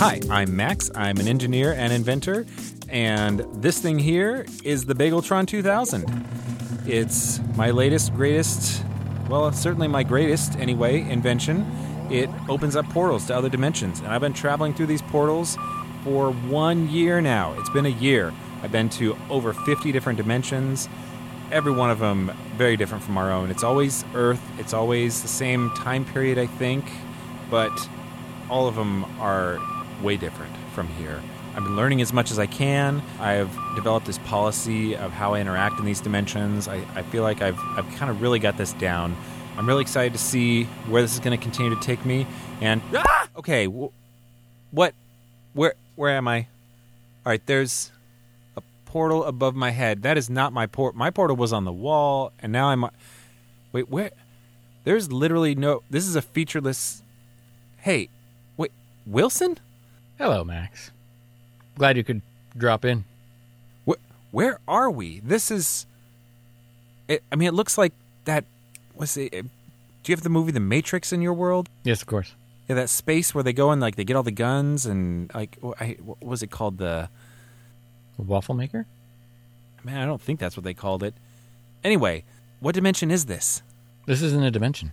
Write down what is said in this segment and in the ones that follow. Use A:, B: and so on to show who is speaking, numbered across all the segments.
A: Hi, I'm Max. I'm an engineer and inventor, and this thing here is the Bageltron 2000. It's my latest, greatest, well, certainly my greatest anyway, invention. It opens up portals to other dimensions, and I've been traveling through these portals for one year now. It's been a year. I've been to over 50 different dimensions, every one of them very different from our own. It's always Earth, it's always the same time period, I think, but all of them are way different from here. I've been learning as much as I can. I've developed this policy of how I interact in these dimensions. I, I feel like I've, I've kind of really got this down. I'm really excited to see where this is going to continue to take me. And Ah! okay, wh- what, where, where am I? All right, there's a portal above my head. That is not my port. My portal was on the wall, and now I'm. Wait, where? There's literally no. This is a featureless Hey, wait, Wilson?
B: Hello, Max. Glad you could drop in.
A: Where, where are we? This is. It, I mean, it looks like that. Was it? it- Do you have the movie The Matrix in your world?
B: Yes, of course.
A: Yeah, that space where they go and like they get all the guns and like wh- I, what was it called? The
B: Waffle maker?
A: man, I don't think that's what they called it. Anyway, what dimension is this?
B: This isn't a dimension.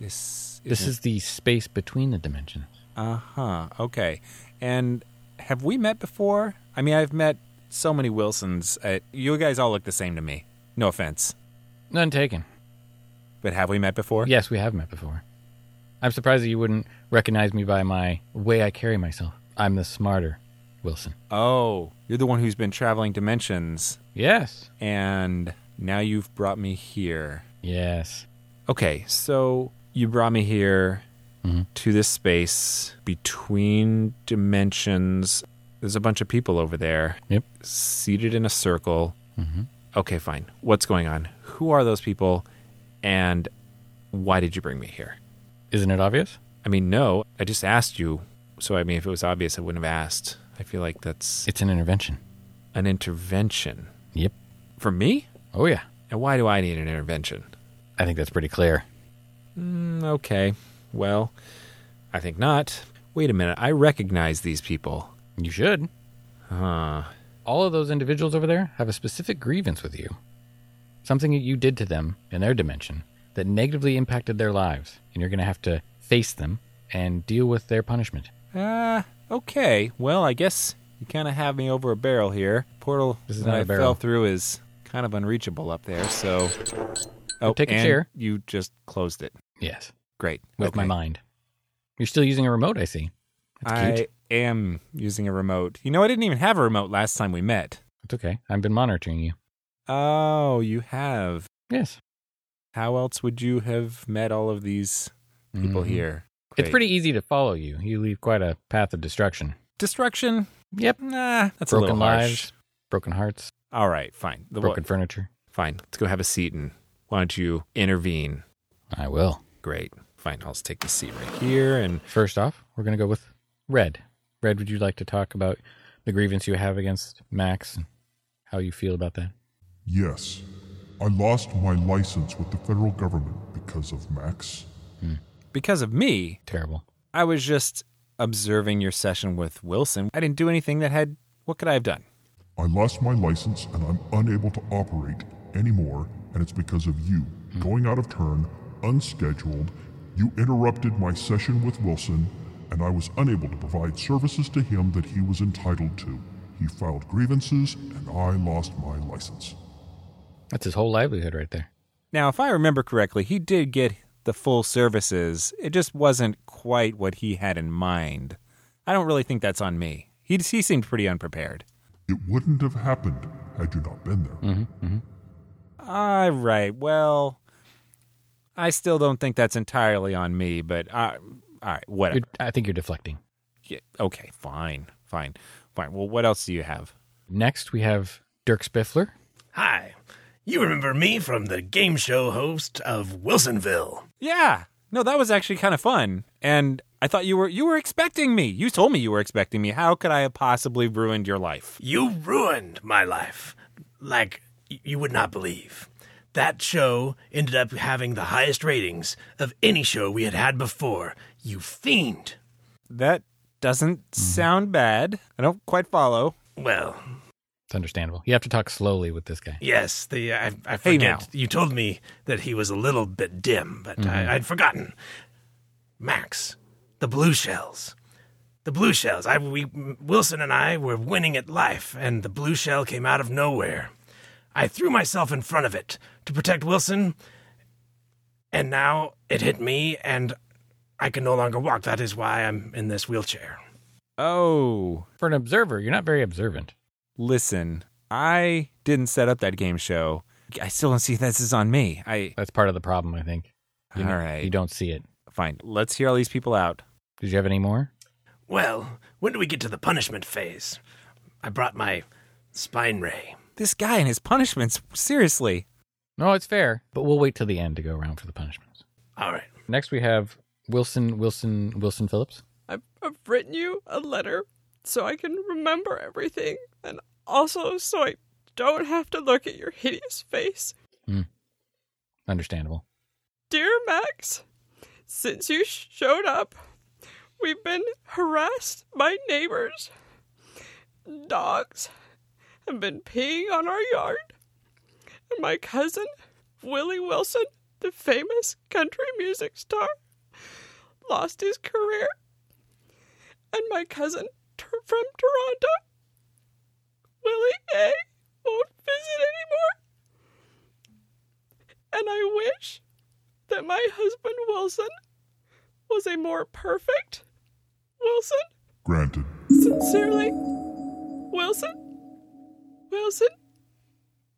A: This.
B: This is the space between the dimensions.
A: Uh huh. Okay. And have we met before? I mean, I've met so many Wilsons. Uh, you guys all look the same to me. No offense.
B: None taken.
A: But have we met before?
B: Yes, we have met before. I'm surprised that you wouldn't recognize me by my way I carry myself. I'm the smarter Wilson.
A: Oh, you're the one who's been traveling dimensions,
B: Yes.
A: and now you've brought me here.
B: Yes.
A: Okay, so you brought me here
B: Mm-hmm.
A: to this space between dimensions. There's a bunch of people over there
B: Yep. Mm-hmm.
A: seated in a circle. Okay, fine. What's going on? Who are those people, and why did you bring me here?
B: Isn't it obvious?
A: I mean, no, I just asked you. So, I mean, if it was obvious, I wouldn't have asked. I feel like that's
B: It's an intervention.
A: an intervention.
B: Yep.
A: For me?
B: Oh, yeah.
A: And why do I need an intervention?
B: I think that's pretty clear.
A: Mm, Okay, well, I think not. Wait a minute, I recognize these people.
B: You should.
A: Huh.
B: all of those individuals over there have a specific grievance with you. Something that you did to them in their dimension that negatively impacted their lives, and you're going to have to face them and deal with their punishment.
A: Ah, okay. Well, I guess you kind of have me over a barrel here. Portal
B: This is
A: that
B: not
A: I
B: a barrel.
A: fell through is kind of unreachable up there, so. Oh,
B: take a
A: and
B: chair.
A: You just closed it.
B: Yes,
A: Great.
B: with my
A: Okay.
B: mind. You're still using a remote, I see. That's
A: I
B: cute.
A: am using a remote. You know, I didn't even have a remote last time we met.
B: It's okay. I've been monitoring you.
A: Oh, you have.
B: Yes.
A: How else would you have met all of these people
B: Mhm.
A: here?
B: It's
A: Great.
B: pretty easy to follow you. You leave quite a path of destruction.
A: destruction.
B: Yep.
A: Nah, that's a little
B: broken lives,
A: harsh.
B: broken hearts,
A: All right, fine. The
B: broken
A: what-
B: furniture.
A: Fine. Let's go have a seat and why don't you intervene?
B: I will.
A: Great. Fine. I'll just take the seat right here. And
B: First off, we're going to go with Red. Red, would you like to talk about the grievance you have against Max and how you feel about that?
C: Yes, I lost my license with the federal government because of Max.
A: because of me,
B: Terrible.
A: I was just observing your session with Wilson. I didn't do anything that had. What could I have done?
C: I lost my license and I'm unable to operate anymore, and it's because of you. Going out of turn, unscheduled, you interrupted my session with Wilson, and I was unable to provide services to him that he was entitled to. He filed grievances, and I lost my license.
B: That's his whole livelihood right there.
A: Now, if I remember correctly, he did get the full services. It just wasn't quite what he had in mind. I don't really think that's on me. He, he seemed pretty unprepared.
C: It wouldn't have happened had you not been there.
A: All right. Well, I still don't think that's entirely on me, but I, all right, whatever.
B: You're, I think you're deflecting.
A: Yeah, okay, fine, fine, fine. Well, what else do you have?
B: Next, we have Dirk Spiffler.
D: Hi. You remember me from the game show host of Wilsonville.
A: Yeah. No, that was actually kind of fun, and I thought you were you were expecting me. You told me you were expecting me. How could I have possibly ruined your life?
D: You ruined my life. Like y- you would not believe. That show ended up having the highest ratings of any show we had had before. You fiend.
A: That doesn't
B: Mm-hmm.
A: sound bad. I don't quite follow.
D: Well,
B: It's understandable. You have to talk slowly with this guy.
D: yes, the uh, I, I forget.
A: now.
D: You told me that he was a little bit dim, but I, I'd forgotten. Max, the blue shells, the blue shells. I we Wilson and I were winning at life, and the blue shell came out of nowhere. I threw myself in front of it to protect Wilson, and now it hit me, and I can no longer walk. That is why I'm in this wheelchair.
A: Oh,
B: For an observer, you're not very observant.
A: listen, I didn't set up that game show. I still don't see if this is on me. I
B: That's part of the problem, I think. You
A: All
B: know,
A: right.
B: You don't see it.
A: fine. Let's hear all these people out.
B: Did you have any more?
D: Well, when do we get to the punishment phase? I brought my spine ray.
A: This guy and his punishments. Seriously.
B: No, it's fair, but we'll wait till the end to go around for the punishments.
D: All right.
B: Next, we have Wilson, Wilson, Wilson Phillips.
E: I've, I've written you a letter so I can remember everything and also so I don't have to look at your hideous face.
B: Understandable.
E: Dear Max, since you showed up, we've been harassed by neighbors. Dogs have been peeing on our yard. And my cousin, Willie Wilson, the famous country music star, lost his career. And my cousin t- from Toronto, Willie A, won't visit anymore. And I wish that my husband Wilson was a more perfect Wilson.
F: Granted.
E: Sincerely, Wilson, Wilson,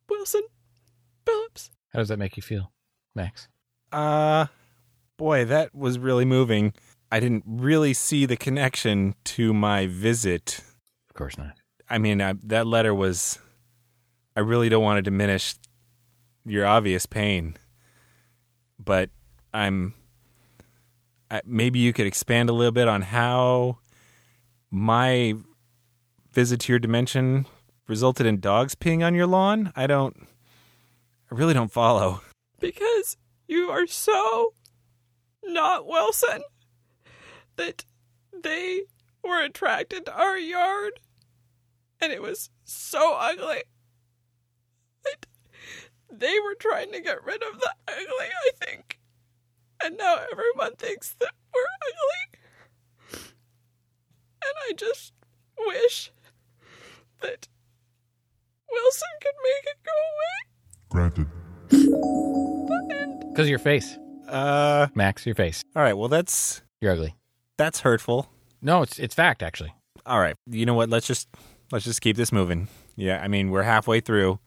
E: Wilson Phillips.
B: How does that make you feel, Max?
A: Uh, boy, that was really moving. I didn't really see the connection to my visit.
B: Of course not.
A: I mean, I, that letter was. I really don't want to diminish your obvious pain, but I'm. I, maybe you could expand a little bit on how my visit to your dimension resulted in dogs peeing on your lawn. I don't. I really don't follow.
E: Because you are so not Wilson that they were attracted to our yard and it was so ugly that they were trying to get rid of the ugly, I think. And now everyone thinks that we're ugly. And I just wish that Wilson could make it go away.
F: Granted.
B: Because your face,
A: Uh.
B: Max, your face.
A: All right. Well, that's
B: You're ugly.
A: that's hurtful.
B: No, it's it's fact actually.
A: all right you know what let's just let's just keep this moving yeah i mean we're halfway through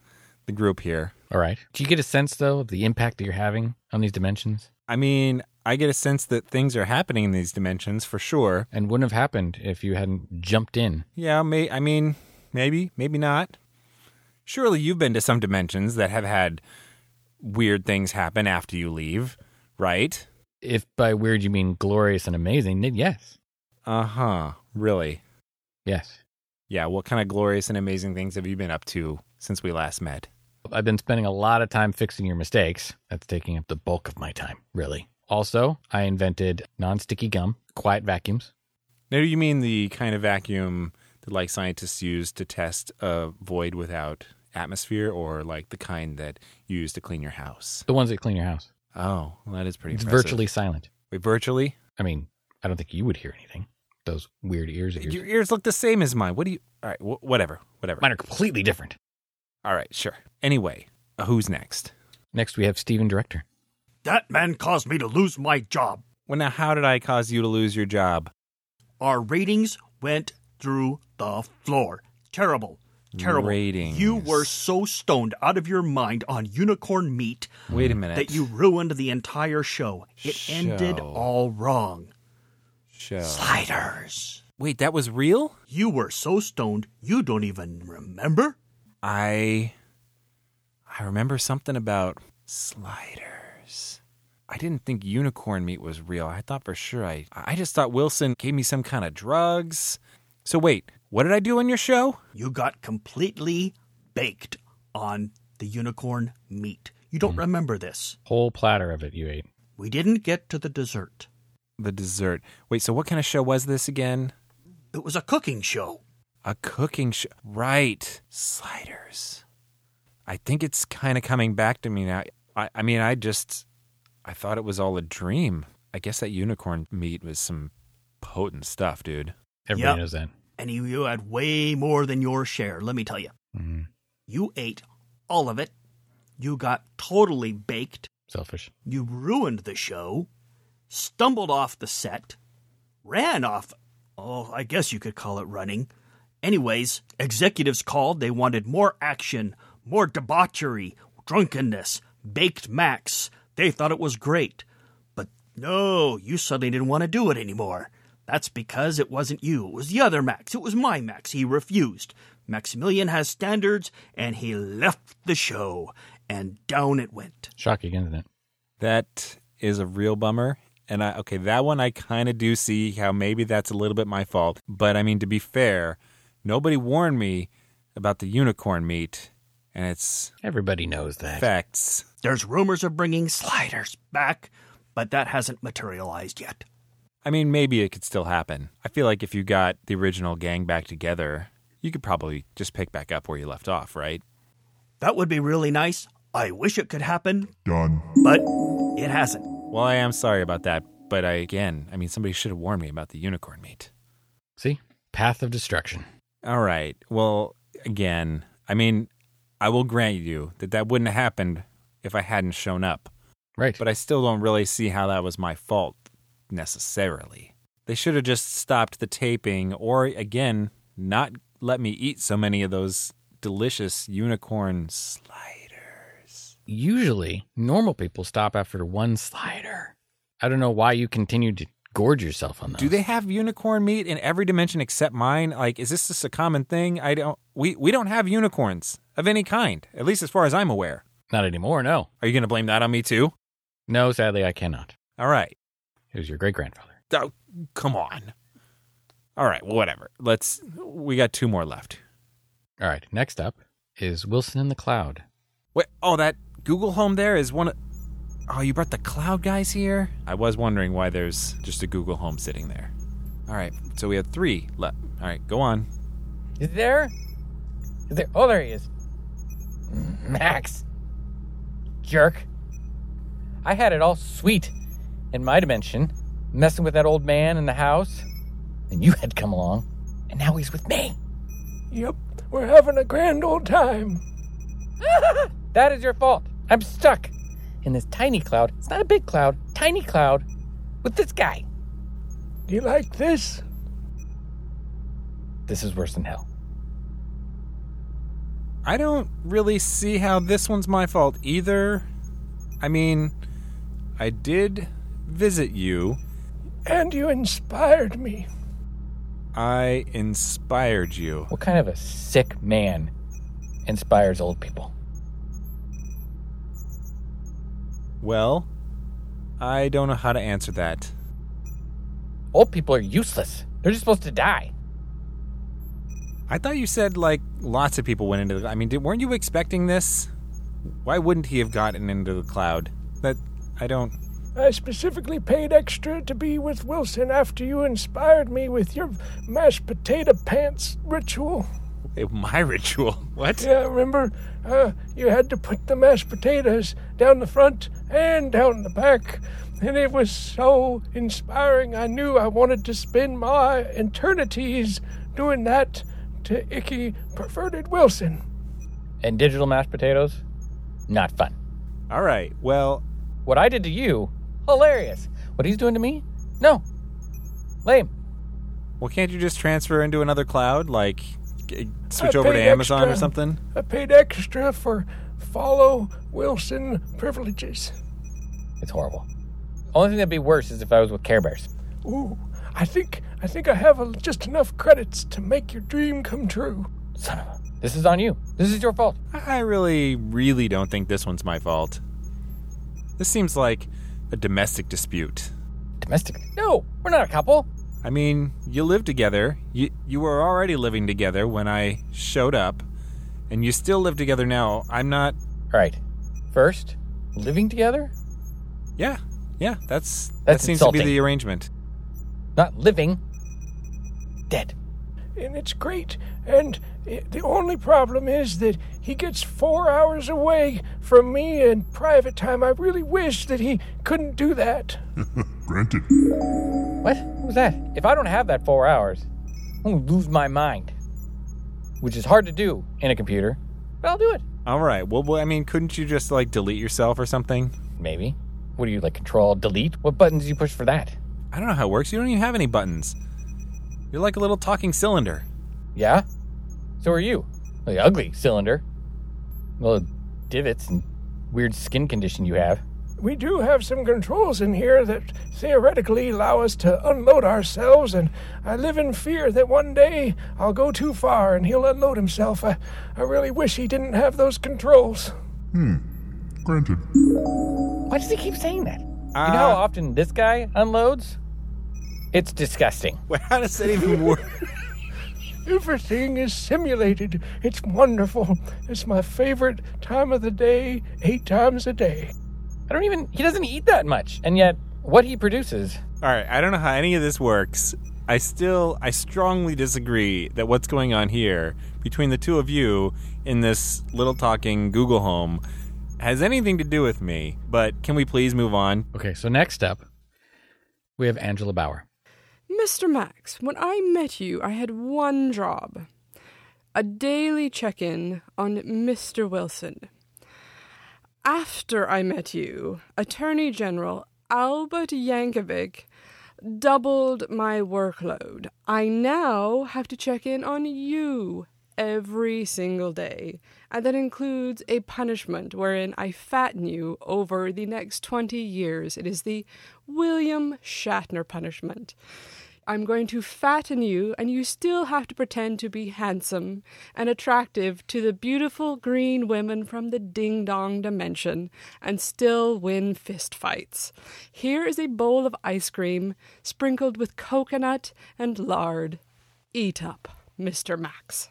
A: the group here
B: All right. Do you get a sense though of the impact that you're having on these dimensions?
A: i mean i get a sense that things are happening in these dimensions for sure
B: And wouldn't have happened if you hadn't jumped in.
A: yeah may, i mean maybe maybe not surely you've been to some dimensions that have had weird things happen after you leave right
B: If by weird you mean glorious and amazing, then yes,
A: uh-huh really
B: yes.
A: yeah what kind of glorious and amazing things have you been up to since we last met
B: I've been spending a lot of time fixing your mistakes. That's taking up the bulk of my time, really. Also, I invented non-sticky gum, quiet vacuums.
A: No, you mean the kind of vacuum that like scientists use to test a void without atmosphere, or like the kind that you use to clean your house?
B: The ones that clean your house.
A: Oh, well, that is pretty.
B: It's
A: impressive.
B: virtually silent.
A: Wait, virtually.
B: I mean, I don't think you would hear anything. Those weird ears of yours.
A: Your ears look the same as mine. What do you? All right, wh- whatever, whatever.
B: Mine are completely different.
A: All right, sure. Anyway, uh, who's next?
B: Next, we have Steven Director.
G: That man caused me to lose my job.
A: Well, now, how did I cause you to lose your job?
G: Our ratings went through the floor. Terrible. Terrible.
A: Ratings.
G: You were so stoned out of your mind on unicorn meat
A: Wait a minute.
G: that you ruined the entire show. It ended
A: Show.
G: all wrong.
A: show.
G: Sliders.
A: Wait, that was real.
G: You were so stoned you don't even remember?
A: I I remember something about sliders. I didn't think unicorn meat was real. I thought for sure I I just thought Wilson gave me some kind of drugs. So wait, what did I do on your show?
G: You got completely baked on the unicorn meat. You
A: Hmm.
G: don't remember this.
B: Whole platter of it you ate.
G: We didn't get to the dessert.
A: The dessert. Wait, so what kind of show was this again?
G: It was a cooking show.
A: A cooking show. Right. Sliders. I think it's kind of coming back to me now. I, I mean, I just, I thought it was all a dream. I guess that unicorn meat was some potent stuff, dude.
B: Everybody
G: Yep.
B: knows that.
G: And you- you had way more than your share, let me tell you.
B: Mhm.
G: You ate all of it. You got totally baked.
B: Selfish.
G: You ruined the show. Stumbled off the set. Ran off. Oh, I guess you could call it running. Anyways, executives called. They wanted more action, more debauchery, drunkenness, baked Max. They thought it was great. But no, you suddenly didn't want to do it anymore. That's because it wasn't you. It was the other Max. It was my Max. He refused. Maximilian has standards, and he left the show. And down it went.
B: Shocking, isn't it?
A: That is a real bummer. And I, okay, that one I kind of do see how maybe that's a little bit my fault. But I mean, to be fair, nobody warned me about the unicorn meat and its
B: Everybody knows that.
A: effects.
G: There's rumors of bringing sliders back, but that hasn't materialized yet.
A: I mean, maybe it could still happen. I feel like if you got the original gang back together, you could probably just pick back up where you left off, right?
G: That would be really nice. I wish it could happen,
C: Done.
G: but it hasn't.
A: Well, I am sorry about that, but I again, I mean, somebody should have warned me about the unicorn meat.
B: See? Path of destruction.
A: All right. Well, again, I mean, I will grant you that that wouldn't have happened if I hadn't shown up,
B: Right.
A: but I still don't really see how that was my fault necessarily. They should have just stopped the taping or again, not let me eat so many of those delicious unicorn sliders.
B: usually normal people stop after one slider. I don't know why you continue to gorge yourself on those.
A: Do they have unicorn meat in every dimension except mine? Like, is this just a common thing? I don't. We we don't have unicorns of any kind, at least as far as I'm aware.
B: Not anymore, no.
A: Are you going to blame that on me too?
B: No, sadly, I cannot.
A: All right.
B: It was your great grandfather.
A: Oh, come on. All right. Well, whatever. Let's. We got two more left.
B: All right, next up is Wilson in the Cloud.
A: Wait. Oh, that Google Home there is one. Of, oh, you brought the cloud guys here. I was wondering why there's just a Google Home sitting there. All right. So we have three left. All right. Go on.
H: Is he there? Is there? Oh, there he is. Max. Jerk. I had it all sweet in my dimension, messing with that old man in the house, and you had come along, and now he's with me.
I: Yep, we're having a grand old time.
H: That is your fault. I'm stuck in this tiny cloud. It's not a big cloud, tiny cloud with this guy.
I: Do you like this?
H: This is worse than hell.
A: I don't really see how this one's my fault either. I mean, I did visit you.
I: And you inspired me.
A: I inspired you.
H: What kind of a sick man inspires old people?
A: Well, I don't know how to answer that.
H: Old people are useless. They're just supposed to die.
A: I thought you said like lots of people went into the I mean, did, weren't you expecting this? Why wouldn't he have gotten into the cloud? That I don't
I: I specifically paid extra to be with Wilson after you inspired me with your mashed potato pants ritual.
A: eh, my ritual. What?
I: Yeah, remember? Uh, you had to put the mashed potatoes down the front and down the back. And it was so inspiring. I knew I wanted to spend my eternities doing that to icky, perverted Wilson.
H: and digital mashed potatoes, not fun.
A: All right. Well,
H: What I did to you, hilarious. What he's doing to me, no. Lame.
A: well can't you just transfer into another cloud like g- switch
I: I
A: over to
I: paid
A: Amazon or
I: Uh, extra.
A: something?
I: I paid extra for follow Wilson privileges.
H: It's horrible. Only thing that'd be worse is if I was with Care Bears.
I: Ooh, I think I think I have a, just enough credits to make your dream come true.
H: Son of a. This is on you. This is your fault.
A: I really, really don't think this one's my fault. This seems like a domestic dispute.
H: Domestic. No, we're not a couple.
A: I mean, you live together. You you were already living together when I showed up, and you still live together now. I'm not.
H: All right. First, living together?
A: Yeah, yeah. That's, that
H: That's
A: seems to
H: insulting.
A: be the arrangement.
H: Not living. Dead.
I: and it's great. And it, the only problem is that he gets four hours away from me in private time. I really wish that he couldn't do that.
C: Granted.
H: What? What was that? Eh, If I don't have that four hours, I'm gonna lose my mind. Which is hard to do in a computer, but I'll do it.
A: All right. Well, well, I mean, couldn't you just like delete yourself or something?
H: Maybe. What do you like, control, delete? What buttons do you push for that?
A: I don't know how it works. You don't even have any buttons. You're like a little talking cylinder.
H: Yeah? So are you. The ugly cylinder. Well, divots and weird skin condition you have.
I: We do have some controls in here that theoretically allow us to unload ourselves, and I live in fear that one day I'll go too far and he'll unload himself. I, I really wish he didn't have those controls.
C: Granted.
H: Why does he keep saying that?
A: Uh,
H: you know how often this guy unloads? It's disgusting.
A: Wait, how does that even work?
I: Everything is simulated. It's wonderful. It's my favorite time of the day, eight times a day.
H: I don't even, he doesn't eat that much, and yet what he produces.
A: All right. I don't know how any of this works. I still, I strongly disagree that what's going on here between the two of you in this little talking Google Home has anything to do with me. But can we please move on?
B: Okay, so next up, we have Angela Bauer.
J: Mr. Max, when I met you, I had one job a daily check in on Mr. Wilson. After I met you, Attorney General Albert Yankovic doubled my workload. I now have to check in on you every single day, and that includes a punishment wherein I fatten you over the next 20 years. It is the William Shatner punishment. I'm going to fatten you, and you still have to pretend to be handsome and attractive to the beautiful green women from the ding dong dimension and still win fist fights. Here is a bowl of ice cream sprinkled with coconut and lard. Eat up, Mr. Max.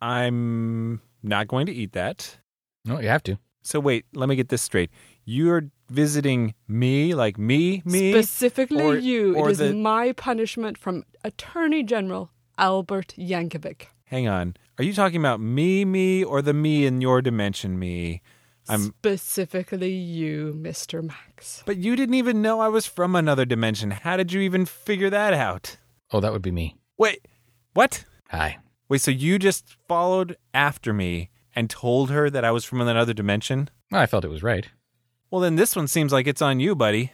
A: I'm not going to eat that.
B: No, you have to.
A: So wait, let me get this straight. You're visiting me, like me, me
J: Specifically,
A: or-
J: you.
A: or
J: it is
A: the-
J: my punishment from Attorney General Albert Yankovic.
A: Hang on. Are you talking about me, me, or the me in your dimension, me? I'm.
J: Specifically, you, Mr. Max.
A: But you didn't even know I was from another dimension. How did you even figure that out?
B: Oh, that would be me.
A: Wait, what?
B: Hi.
A: Wait, so you just followed after me and told her that I was from another dimension?
B: Well, I felt it was right.
A: Well, then this one seems like it's on you, buddy.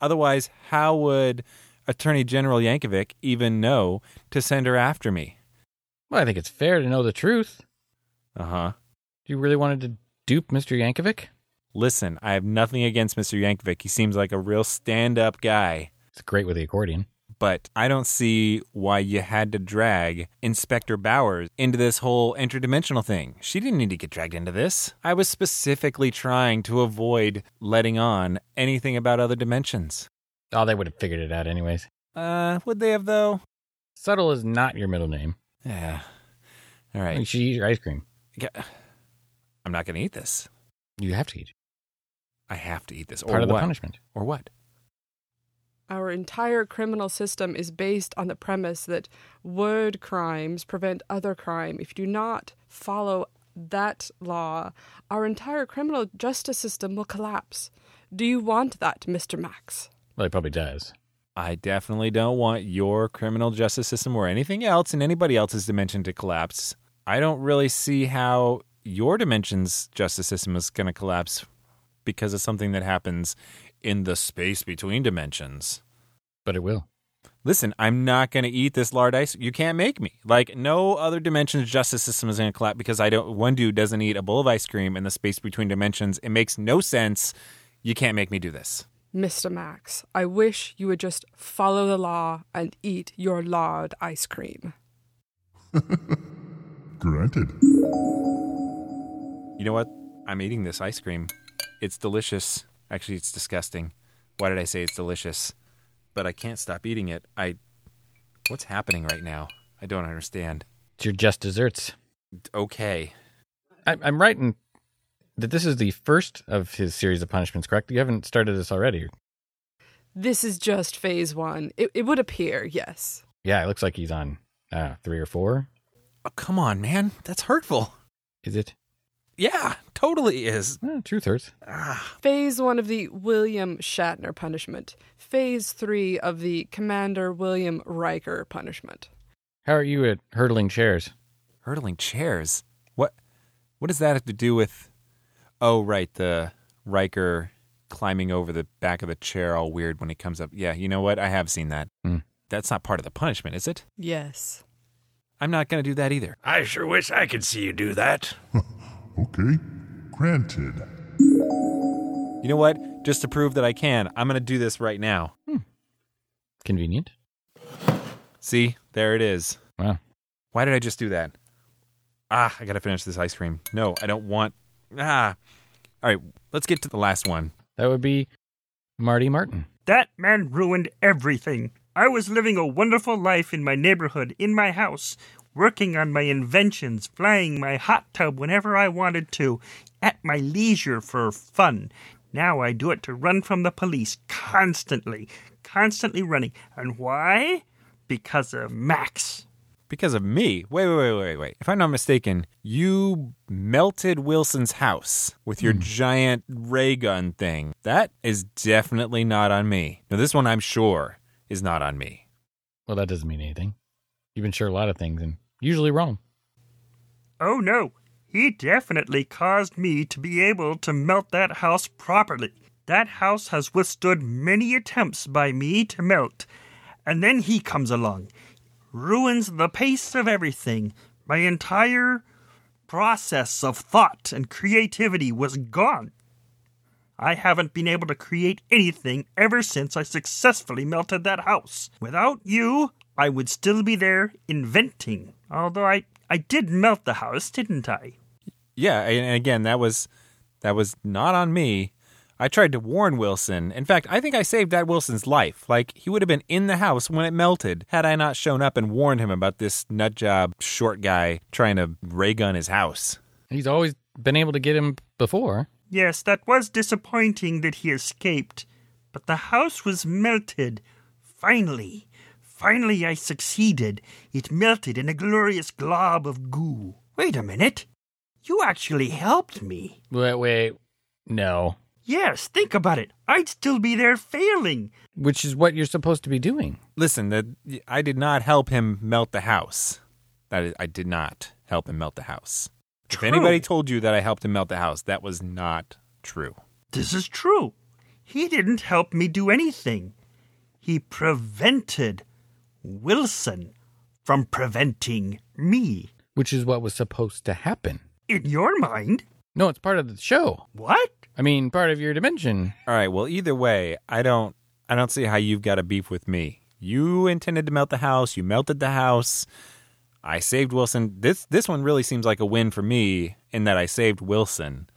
A: Otherwise, how would Attorney General Yankovic even know to send her after me?
B: Well, I think it's fair to know the truth.
A: Uh huh.
B: You really wanted to dupe Mr. Yankovic?
A: Listen, I have nothing against Mr. Yankovic. He seems like a real stand up guy.
B: It's great with the accordion.
A: but I don't see why you had to drag Inspector Bowers into this whole interdimensional thing. She didn't need to get dragged into this. I was specifically trying to avoid letting on anything about other dimensions.
B: Oh, they would have figured it out anyways.
A: Uh, would they have though?
B: Subtle is not your middle name.
A: Yeah. All
B: You
A: right.
B: should eat your ice cream.
A: Yeah. I'm not going to eat this.
B: You have to eat.
A: I have to eat this.
B: Part
A: or
B: of the
A: what?
B: punishment.
A: Or what?
J: Our entire criminal system is based on the premise that word crimes prevent other crime. If you do not follow that law, our entire criminal justice system will collapse. Do you want that, Mr. Max?
B: Well, it probably does.
A: I definitely don't want your criminal justice system or anything else in anybody else's dimension to collapse. I don't really see how your dimension's justice system is going to collapse because of something that happens in the space between dimensions.
B: But it will.
A: Listen, I'm not going to eat this lard ice. You can't make me. Like, no other dimension's justice system is going to collapse because I don't. One dude doesn't eat a bowl of ice cream in the space between dimensions. It makes no sense. You can't make me do this.
J: Mr. Max, I wish you would just follow the law and eat your lard ice cream.
C: Granted.
A: You know what? I'm eating this ice cream. It's delicious. Actually, it's disgusting. Why did I say it's delicious? But I can't stop eating it. I. What's happening right now? I don't understand.
B: It's your just desserts.
A: Okay.
B: I, I'm right in that this is the first of his series of punishments, correct? You haven't started this already.
J: This is just phase one. It, it would appear, yes.
B: Yeah, it looks like he's on Uh, three or four?
A: Oh, come on, man. That's hurtful.
B: Is it?
A: Yeah, totally is.
B: Uh, truth hurts.
J: Phase one of the William Shatner punishment. Phase three of the Commander William Riker punishment.
B: How are you at hurdling chairs?
A: Hurtling chairs. What? What does that have to do with? Oh, right. The Riker climbing over the back of the chair, all weird when he comes up. Yeah, you know what? I have seen that.
B: Hmm.
A: That's not part of the punishment, is it?
J: Yes.
A: I'm not going to do that either.
D: I sure wish I could see you do that.
C: Okay, granted.
A: You know what? Just to prove that I can, I'm going to do this right now.
B: Hmm. Convenient.
A: See, there it is.
B: Wow.
A: Why did I just do that? Ah, I got to finish this ice cream. No, I don't want. Ah. All right, let's get to the last one.
B: That would be Marty Martin.
K: That man ruined everything. I was living a wonderful life in my neighborhood, in my house, working on my inventions, flying my hot tub whenever I wanted to, at my leisure for fun. Now I do it to run from the police constantly, constantly running. And why? Because of Max.
A: Because of me. Wait, wait, wait, wait, wait. If I'm not mistaken, you melted Wilson's house with
B: Hmm.
A: your giant ray gun thing. That is definitely not on me. Now, this one I'm sure is not on me.
B: Well, that doesn't mean anything. You've been sure a lot of things and usually wrong.
K: Oh no, he definitely caused me to be able to melt that house properly. That house has withstood many attempts by me to melt. And then he comes along, ruins the pace of everything. My entire process of thought and creativity was gone. I haven't been able to create anything ever since I successfully melted that house. Without you, I would still be there inventing. Although I, I did melt the house, didn't I?
A: Yeah, and and again, that was that was not on me. I tried to warn Wilson. In fact, I think I saved that Wilson's life. Like he would have been in the house when it melted had I not shown up and warned him about this nut job short guy trying to ray gun his house.
B: He's always been able to get him before.
K: Yes, that was disappointing that he escaped, but the house was melted. Finally, finally I succeeded. It melted in a glorious glob of goo. Wait a minute. You actually helped me.
B: Wait, wait. No.
K: Yes, think about it. I'd still be there failing.
B: Which is what you're supposed to be doing.
A: Listen, that I did not help him melt the house. That is, I did not help him melt the house. If anybody told you that I helped him melt the house, that was not true.
K: This is true. He didn't help me do anything. He prevented Wilson from preventing me.
B: Which is what was supposed to happen.
K: In your mind?
B: No, it's part of the show.
K: What?
B: I mean, part of your dimension.
A: All right. Well, either way, I don't I don't see how you've got a beef with me. You intended to melt the house. You melted the house. I saved Wilson. This this one really seems like a win for me in that I saved Wilson.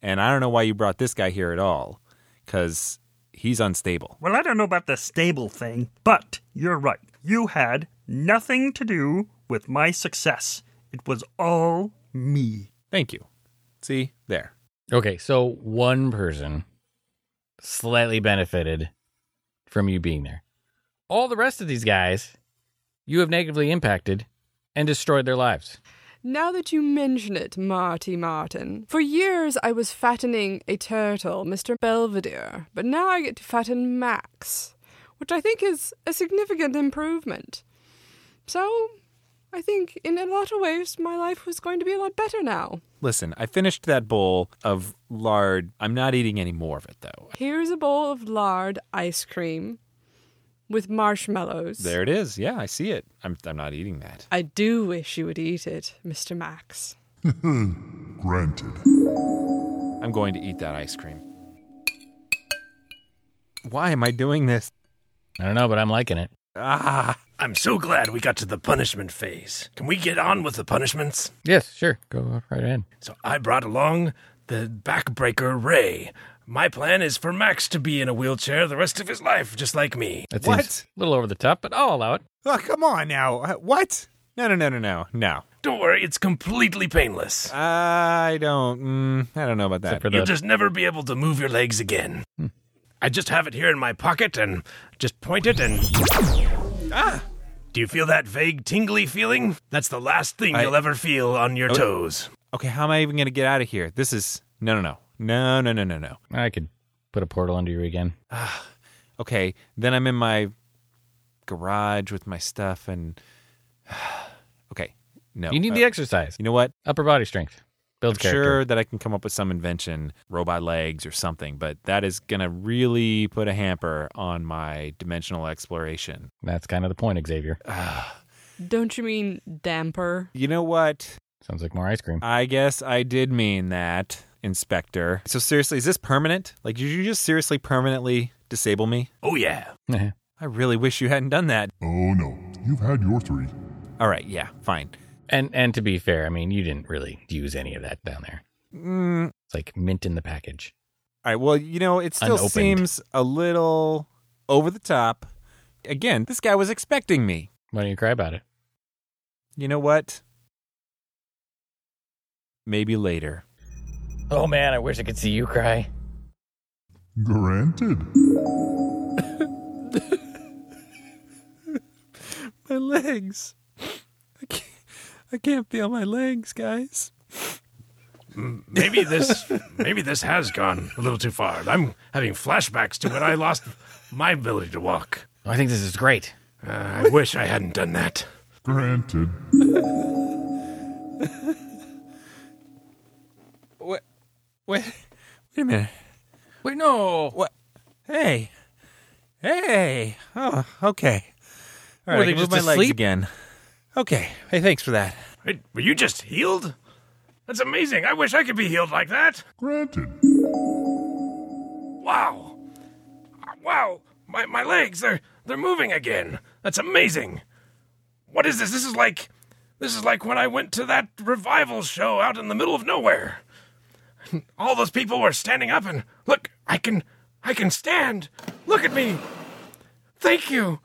A: And I don't know why you brought this guy here at all cuz he's unstable.
K: Well, I don't know about the stable thing, but you're right. You had nothing to do with my success. It was all me.
A: Thank you. See? There.
B: Okay, so one person slightly benefited from you being there. All the rest of these guys you have negatively impacted and destroyed their lives.
J: Now that you mention it, Marty Martin, for years I was fattening a turtle, Mr. Belvedere, but now I get to fatten Max, which I think is a significant improvement. So, I think in a lot of ways my life was going to be a lot better now.
A: Listen, I finished that bowl of lard. I'm not eating any more of it though.
J: Here's a bowl of lard ice cream with marshmallows.
A: There it is. Yeah, I see it. I'm I'm not eating that.
J: I do wish you would eat it, Mr. Max.
C: Granted.
A: I'm going to eat that ice cream. Why am I doing this?
B: I don't know, but I'm liking it.
A: Ah.
D: I'm so glad we got to the punishment phase. Can we get on with the punishments?
B: Yes, sure. Go right ahead.
D: So I brought along the backbreaker Ray. My plan is for Max to be in a wheelchair the rest of his life, just like me.
B: That
A: What?
B: seems a little over the top, but I'll allow it.
A: Oh, come on now. Uh, What? No, no, no, no, no, no.
D: Don't worry, it's completely painless.
A: I don't. Mm, I don't know about that.
B: Except for
D: You'll
B: the
D: just never be able to move your legs again. I just have it here in my pocket and just point it and. Ah! Do you feel that vague tingly feeling? That's the last thing
A: I- Oh,
D: you'll ever feel on your toes.
A: Okay, how am I even going to get out of here? This is no, no, no, no, no, no, no, no.
B: I could put a portal under you again.
A: Okay, then I'm in my garage with my stuff and okay, no.
B: You need
A: Uh,
B: the exercise.
A: You know what?
B: Upper body strength. Builds character.
A: Sure that I can come up with some invention, robot legs or something, but that is going to really put a hamper on my dimensional exploration.
B: That's kind of the point, Xavier.
J: Don't you mean damper?
A: You know what?
B: Sounds like more ice cream.
A: I guess I did mean that, Inspector. So seriously, is this permanent? Like did you just seriously permanently disable me?
D: Oh, yeah.
A: I really wish you hadn't done that.
C: Oh no, you've had your three.
A: All right, yeah, fine.
B: and and to be fair, I mean, you didn't really use any of that down there.
A: Mm,
B: It's like mint in the package.
A: All right. Well, you know, it still
B: Unopened.
A: seems a little over the top. Again, this guy was expecting me.
B: Why don't you cry about it?
A: You know what? Maybe later.
H: Oh man, I wish I could see you cry.
C: Granted.
A: My legs. I can't, I can't feel my legs, guys.
D: Maybe this maybe this has gone a little too far. I'm having flashbacks to when I lost my ability to walk.
B: I think this is great.
D: Uh, I wish I hadn't done that.
C: Granted.
A: What? Wait. Wait a minute.
H: Wait, no.
A: Oh, What? Hey. Hey. Oh, okay. All right.
H: Were
A: I
H: they
A: can move
H: just
A: my legs
H: asleep?
A: again. Okay. Hey, thanks for that.
D: Wait, were you just healed? That's amazing. I wish I could be healed like that.
C: Granted.
D: Wow. Wow. My my legs they're they're moving again. That's amazing. What is this? This is like this is like when I went to that revival show out in the middle of nowhere. All those people were standing up and look, I can I can stand. Look at me. Thank you.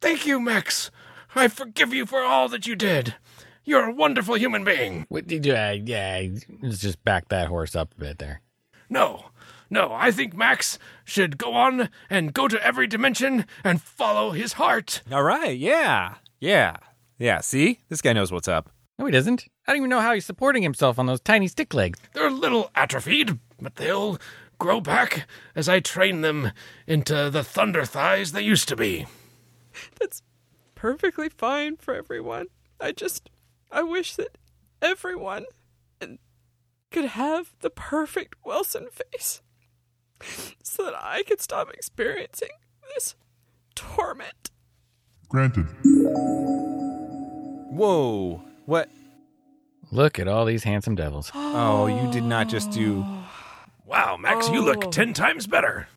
D: Thank you, Max. I forgive you for all that you did. You're a wonderful human being.
B: What did you? Uh, yeah, let's just back that horse up a bit there.
D: No, no, I think Max should go on and go to every dimension and follow his heart.
A: All right. Yeah. Yeah. Yeah. See? This guy knows what's up.
B: No, he doesn't. I don't even know how he's supporting himself on those tiny stick legs.
D: They're a little atrophied, but they'll grow back as I train them into the thunder thighs they used to be.
J: That's perfectly fine for everyone. I just, I wish that everyone and- could have the perfect Wilson face so that I could stop experiencing this torment.
C: Granted.
A: Whoa. What?
B: Look at all these handsome devils.
A: Oh, you did not just do.
D: Wow, Max, you
J: Oh.
D: look ten times better,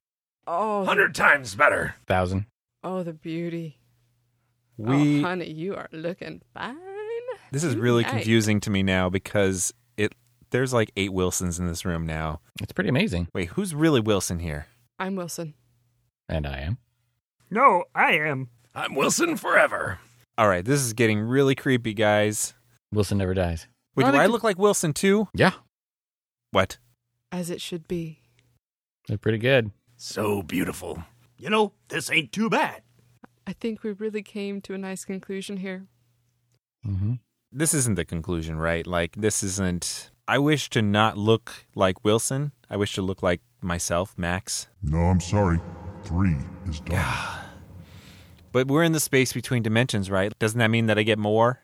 J: Oh,
D: hundred times better.
B: Thousand.
J: oh, the beauty.
A: We.
J: oh, honey, you are looking fine.
A: this is really
J: Yikes.
A: confusing to me now because it there's like eight Wilsons in this room now.
B: It's pretty amazing.
A: Wait, who's really Wilson here?
J: I'm Wilson.
B: And I am.
K: No, I am.
D: I'm Wilson forever.
A: All right, this is getting really creepy, guys.
B: Wilson never dies.
A: Wait,
B: I
A: do
B: think
A: I
B: it-
A: look like Wilson too?
B: Yeah,
A: What?
J: As it should be.
B: they're pretty good.
D: So beautiful.
G: You know, this ain't too bad.
J: I think we really came to a nice conclusion here.
B: hmm
A: This isn't the conclusion, right? Like this isn't. I wish to not look like Wilson. I wish to look like myself, Max.
C: No, I'm sorry. Three is done.
A: But we're in the space between dimensions, right? Doesn't that mean that I get more?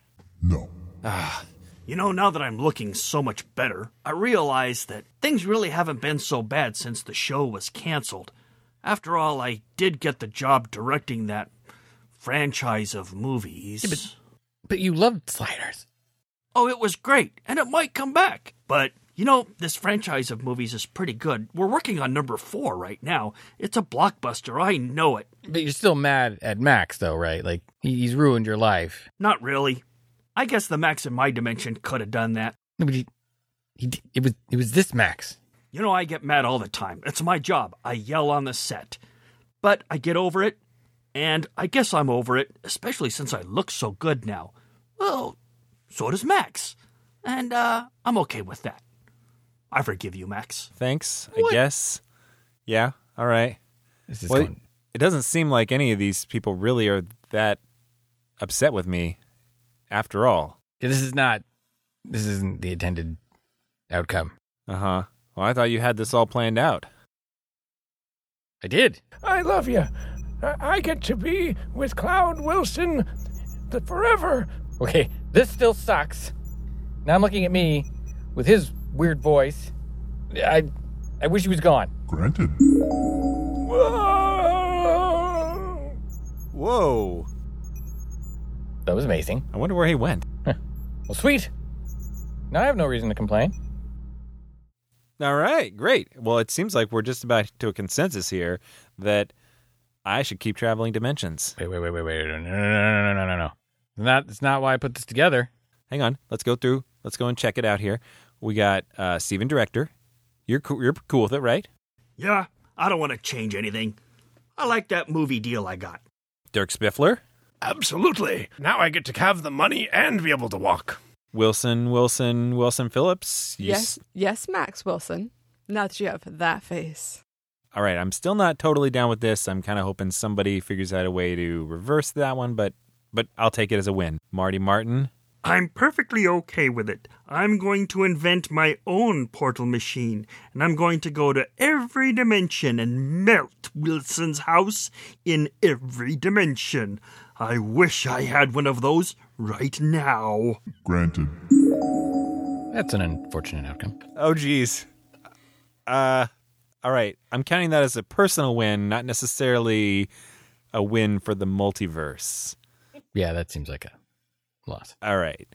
A: Ah,
C: No.
G: You know, now that I'm looking so much better, I realize that things really haven't been so bad since the show was canceled. After all, I did get the job directing that franchise of movies.
B: But you loved sliders.
G: oh, it was great, and it might come back. But, you know, this franchise of movies is pretty good. We're working on number four right now. It's a blockbuster, I know it.
B: But you're still mad at Max, though, right? Like he- he's ruined your life.
G: Not really. I guess the Max in my dimension could have done that.
B: No, but he, he, d- it was, it was this Max.
G: You know, I get mad all the time. It's my job. I yell on the set. But I get over it, and I guess I'm over it, especially since I look so good now. Well, so does Max. And uh, I'm okay with that. I forgive you, Max.
A: Thanks, I guess. Yeah. All right.
B: This is
A: Well,
B: going-
A: it doesn't seem like any of these people really are that upset with me after all.
B: This is not. This isn't the intended outcome.
A: Uh huh. Well, I thought you had this all planned out.
B: I did.
I: I love you. I, I get to be with Cloud Wilson the forever.
H: Okay, this still sucks. Now I'm looking at me with his weird voice. I, I wish he was gone.
C: Granted.
I: Whoa!
A: Whoa.
H: That was amazing.
A: I wonder where he went.
H: Well, sweet. Now I have no reason to complain.
A: All right, great. Well, it seems like we're just about to a consensus here that I should keep traveling dimensions.
B: Wait, wait, wait, wait, wait. No, no, no, no, no, no, no. That, that's not why I put this together.
A: Hang on, let's go through. Let's go and check it out here. We got uh, Steven Director. You're coo- you're cool with it, right?
G: Yeah, I don't want to change anything. I like that movie deal I got.
A: Dirk Spiffler,
D: Absolutely. Now I get to have the money and be able to walk.
A: Wilson, Wilson, Wilson Phillips. You
J: Yes, yes, Max Wilson. Now that you have that face.
A: All right, I'm still not totally down with this. I'm kind of hoping somebody figures out a way to reverse that one, but but I'll take it as a win. Marty Martin.
K: I'm perfectly okay with it. I'm going to invent my own portal machine, and I'm going to go to every dimension and melt Wilson's house in every dimension. I wish I had one of those right now.
C: Granted.
B: That's an unfortunate outcome.
A: Oh geez. Uh, all right. I'm counting that as a personal win, not necessarily a win for the multiverse.
B: Yeah, that seems like a loss.
A: All right.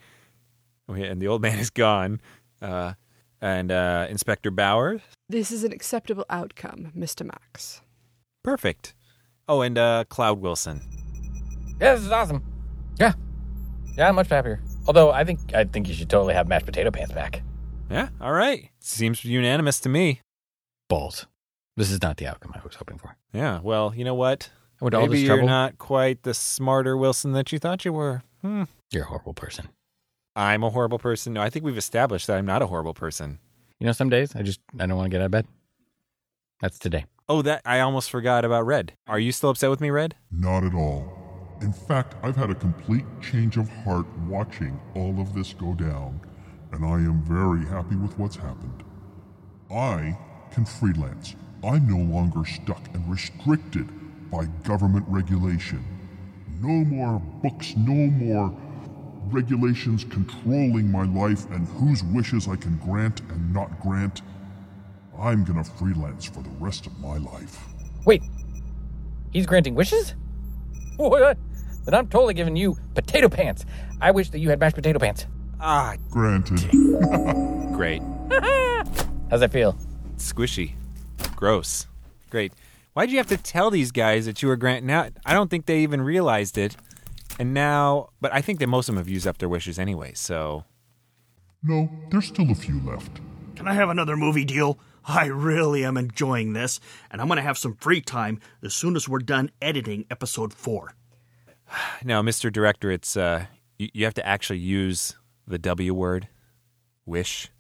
A: Okay, And the old man is gone. Uh, and uh, Inspector Bauer.
J: This is an acceptable outcome, Mr. Max.
A: Perfect. Oh, and uh, Cloud Wilson.
H: Yeah, this is awesome. Yeah, yeah, I'm much happier. Although I think I think you should totally have mashed potato pants back.
A: Yeah. All right. Seems unanimous to me.
B: Balls. This is not the outcome I was hoping for.
A: Yeah. Well, you know what?
B: I went to all
A: Maybe
B: this
A: you're
B: trouble.
A: not quite the smarter Wilson that you thought you were. Hmm.
B: You're a horrible person.
A: I'm a horrible person. No, I think we've established that I'm not a horrible person.
B: You know, some days I just I don't want to get out of bed. That's today.
A: Oh, that I almost forgot about Red. Are you still upset with me, Red?
C: Not at all. In fact, I've had a complete change of heart watching all of this go down, and I am very happy with what's happened. I can freelance. I'm no longer stuck and restricted by government regulation. No more books, no more regulations controlling my life and whose wishes I can grant and not grant. I'm gonna freelance for the rest of my life.
H: Wait, he's granting wishes? What? Then I'm totally giving you potato pants. I wish that you had mashed potato pants.
A: Ah,
C: Granted.
A: great.
H: How's that feel?
A: squishy. Gross. Great. Why'd you have to tell these guys that you were granting out? I don't think they even realized it. And now, but I think that most of them have used up their wishes anyway, so.
C: No, there's still a few left.
G: Can I have another movie deal? I really am enjoying this, and I'm going to have some free time as soon as we're done editing episode 4.
A: Now, Mr. Director, it's, uh, you, you have to actually use the W word. Wish.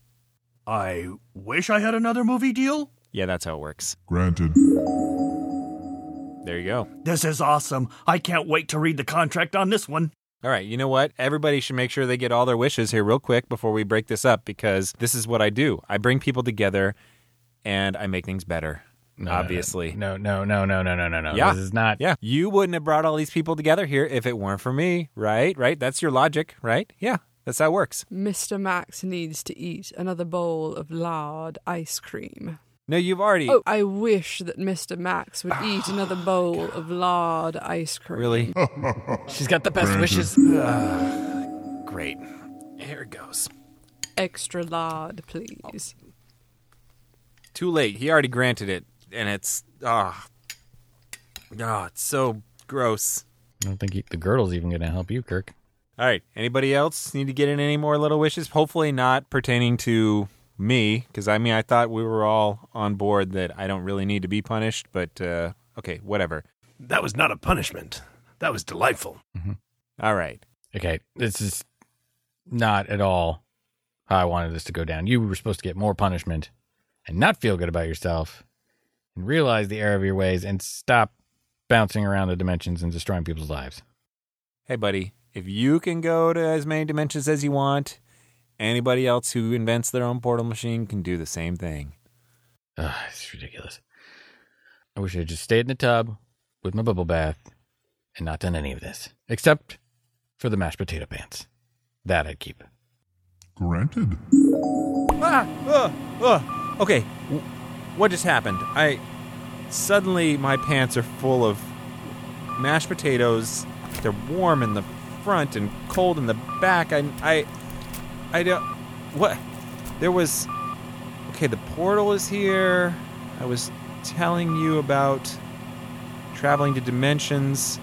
G: I wish I had another movie deal.
A: Yeah, that's how it works.
C: Granted.
A: There you go.
G: This is awesome. I can't wait to read the contract on this one.
A: All right, you know what? Everybody should make sure they get all their wishes here real quick before we break this up because this is what I do. I bring people together and I make things better. obviously.
B: No, no, no, no, no, no, no, no.
A: Yeah.
B: This is not.
A: Yeah. You wouldn't have brought all these people together here if it weren't for me, right? Right? That's your logic, right? Yeah. That's how it works.
J: Mr. Max needs to eat another bowl of lard ice cream.
A: No, you've already. Ah,
J: Oh, I wish that Mr. Max would eat another bowl of lard ice cream.
A: Really?
B: She's got the best wishes. Ah,
A: Great. Here it goes.
J: Extra lard, please.
A: Too late. He already granted it. And it's. Ah. Ah, it's so gross.
B: I don't think he, the girdle's even going to help you, Kirk.
A: All right. Anybody else need to get in any more little wishes? Hopefully not pertaining to me, because I mean, I thought we were all on board that I don't really need to be punished, but uh, okay, whatever.
D: That was not a punishment. That was delightful.
A: All right.
B: Okay, this is not at all how I wanted this to go down. You were supposed to get more punishment and not feel good about yourself and realize the error of your ways and stop bouncing around the dimensions and destroying people's lives.
A: hey, buddy, if you can go to as many dimensions as you want, anybody else who invents their own portal machine can do the same thing.
B: Ugh, Ah, it's ridiculous. I wish I had just stayed in the tub with my bubble bath and not done any of this, except for the mashed potato pants. That I'd keep.
C: Granted.
A: Ah, uh, uh. Okay, w- what just happened? I suddenly my pants are full of mashed potatoes. They're warm in the front and cold in the back. I I I don't what there was. Okay, the portal is here. I was telling you about traveling to dimensions,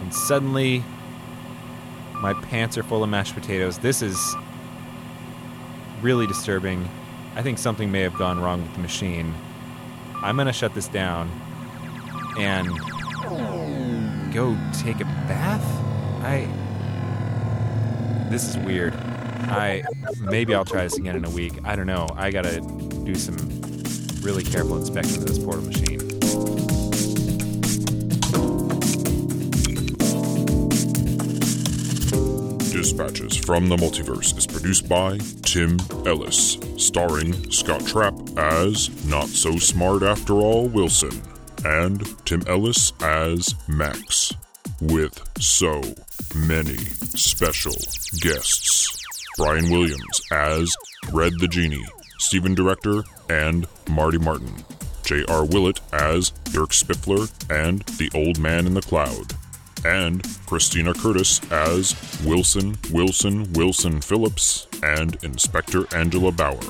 A: and suddenly my pants are full of mashed potatoes. This is really disturbing. I think something may have gone wrong with the machine. I'm gonna shut this down and go take a bath. I. This is weird. I maybe I'll try this again in a week. I don't know. I gotta do some really careful inspection of this portal machine.
L: Dispatches from the Multiverse is produced by Tim Ellis, starring Scott Trapp as Not So Smart After All Wilson, and Tim Ellis as Max, with so many special guests. Brian Williams as Red the Genie, Steven Director, and Marty Martin. J.R. Willett as Dirk Spiffler and the Old Man in the Cloud and Christina Curtis as Wilson, Wilson, Wilson Phillips, and Inspector Angela Bauer.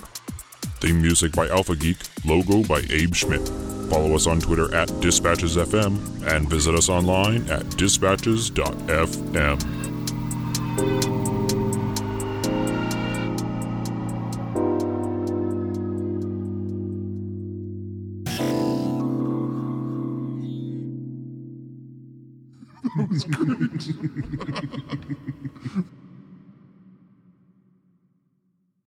L: Theme music by Alpha Geek, logo by Abe Schmidt. Follow us on Twitter at DispatchesFM and visit us online at dispatches.fm.
C: That was great.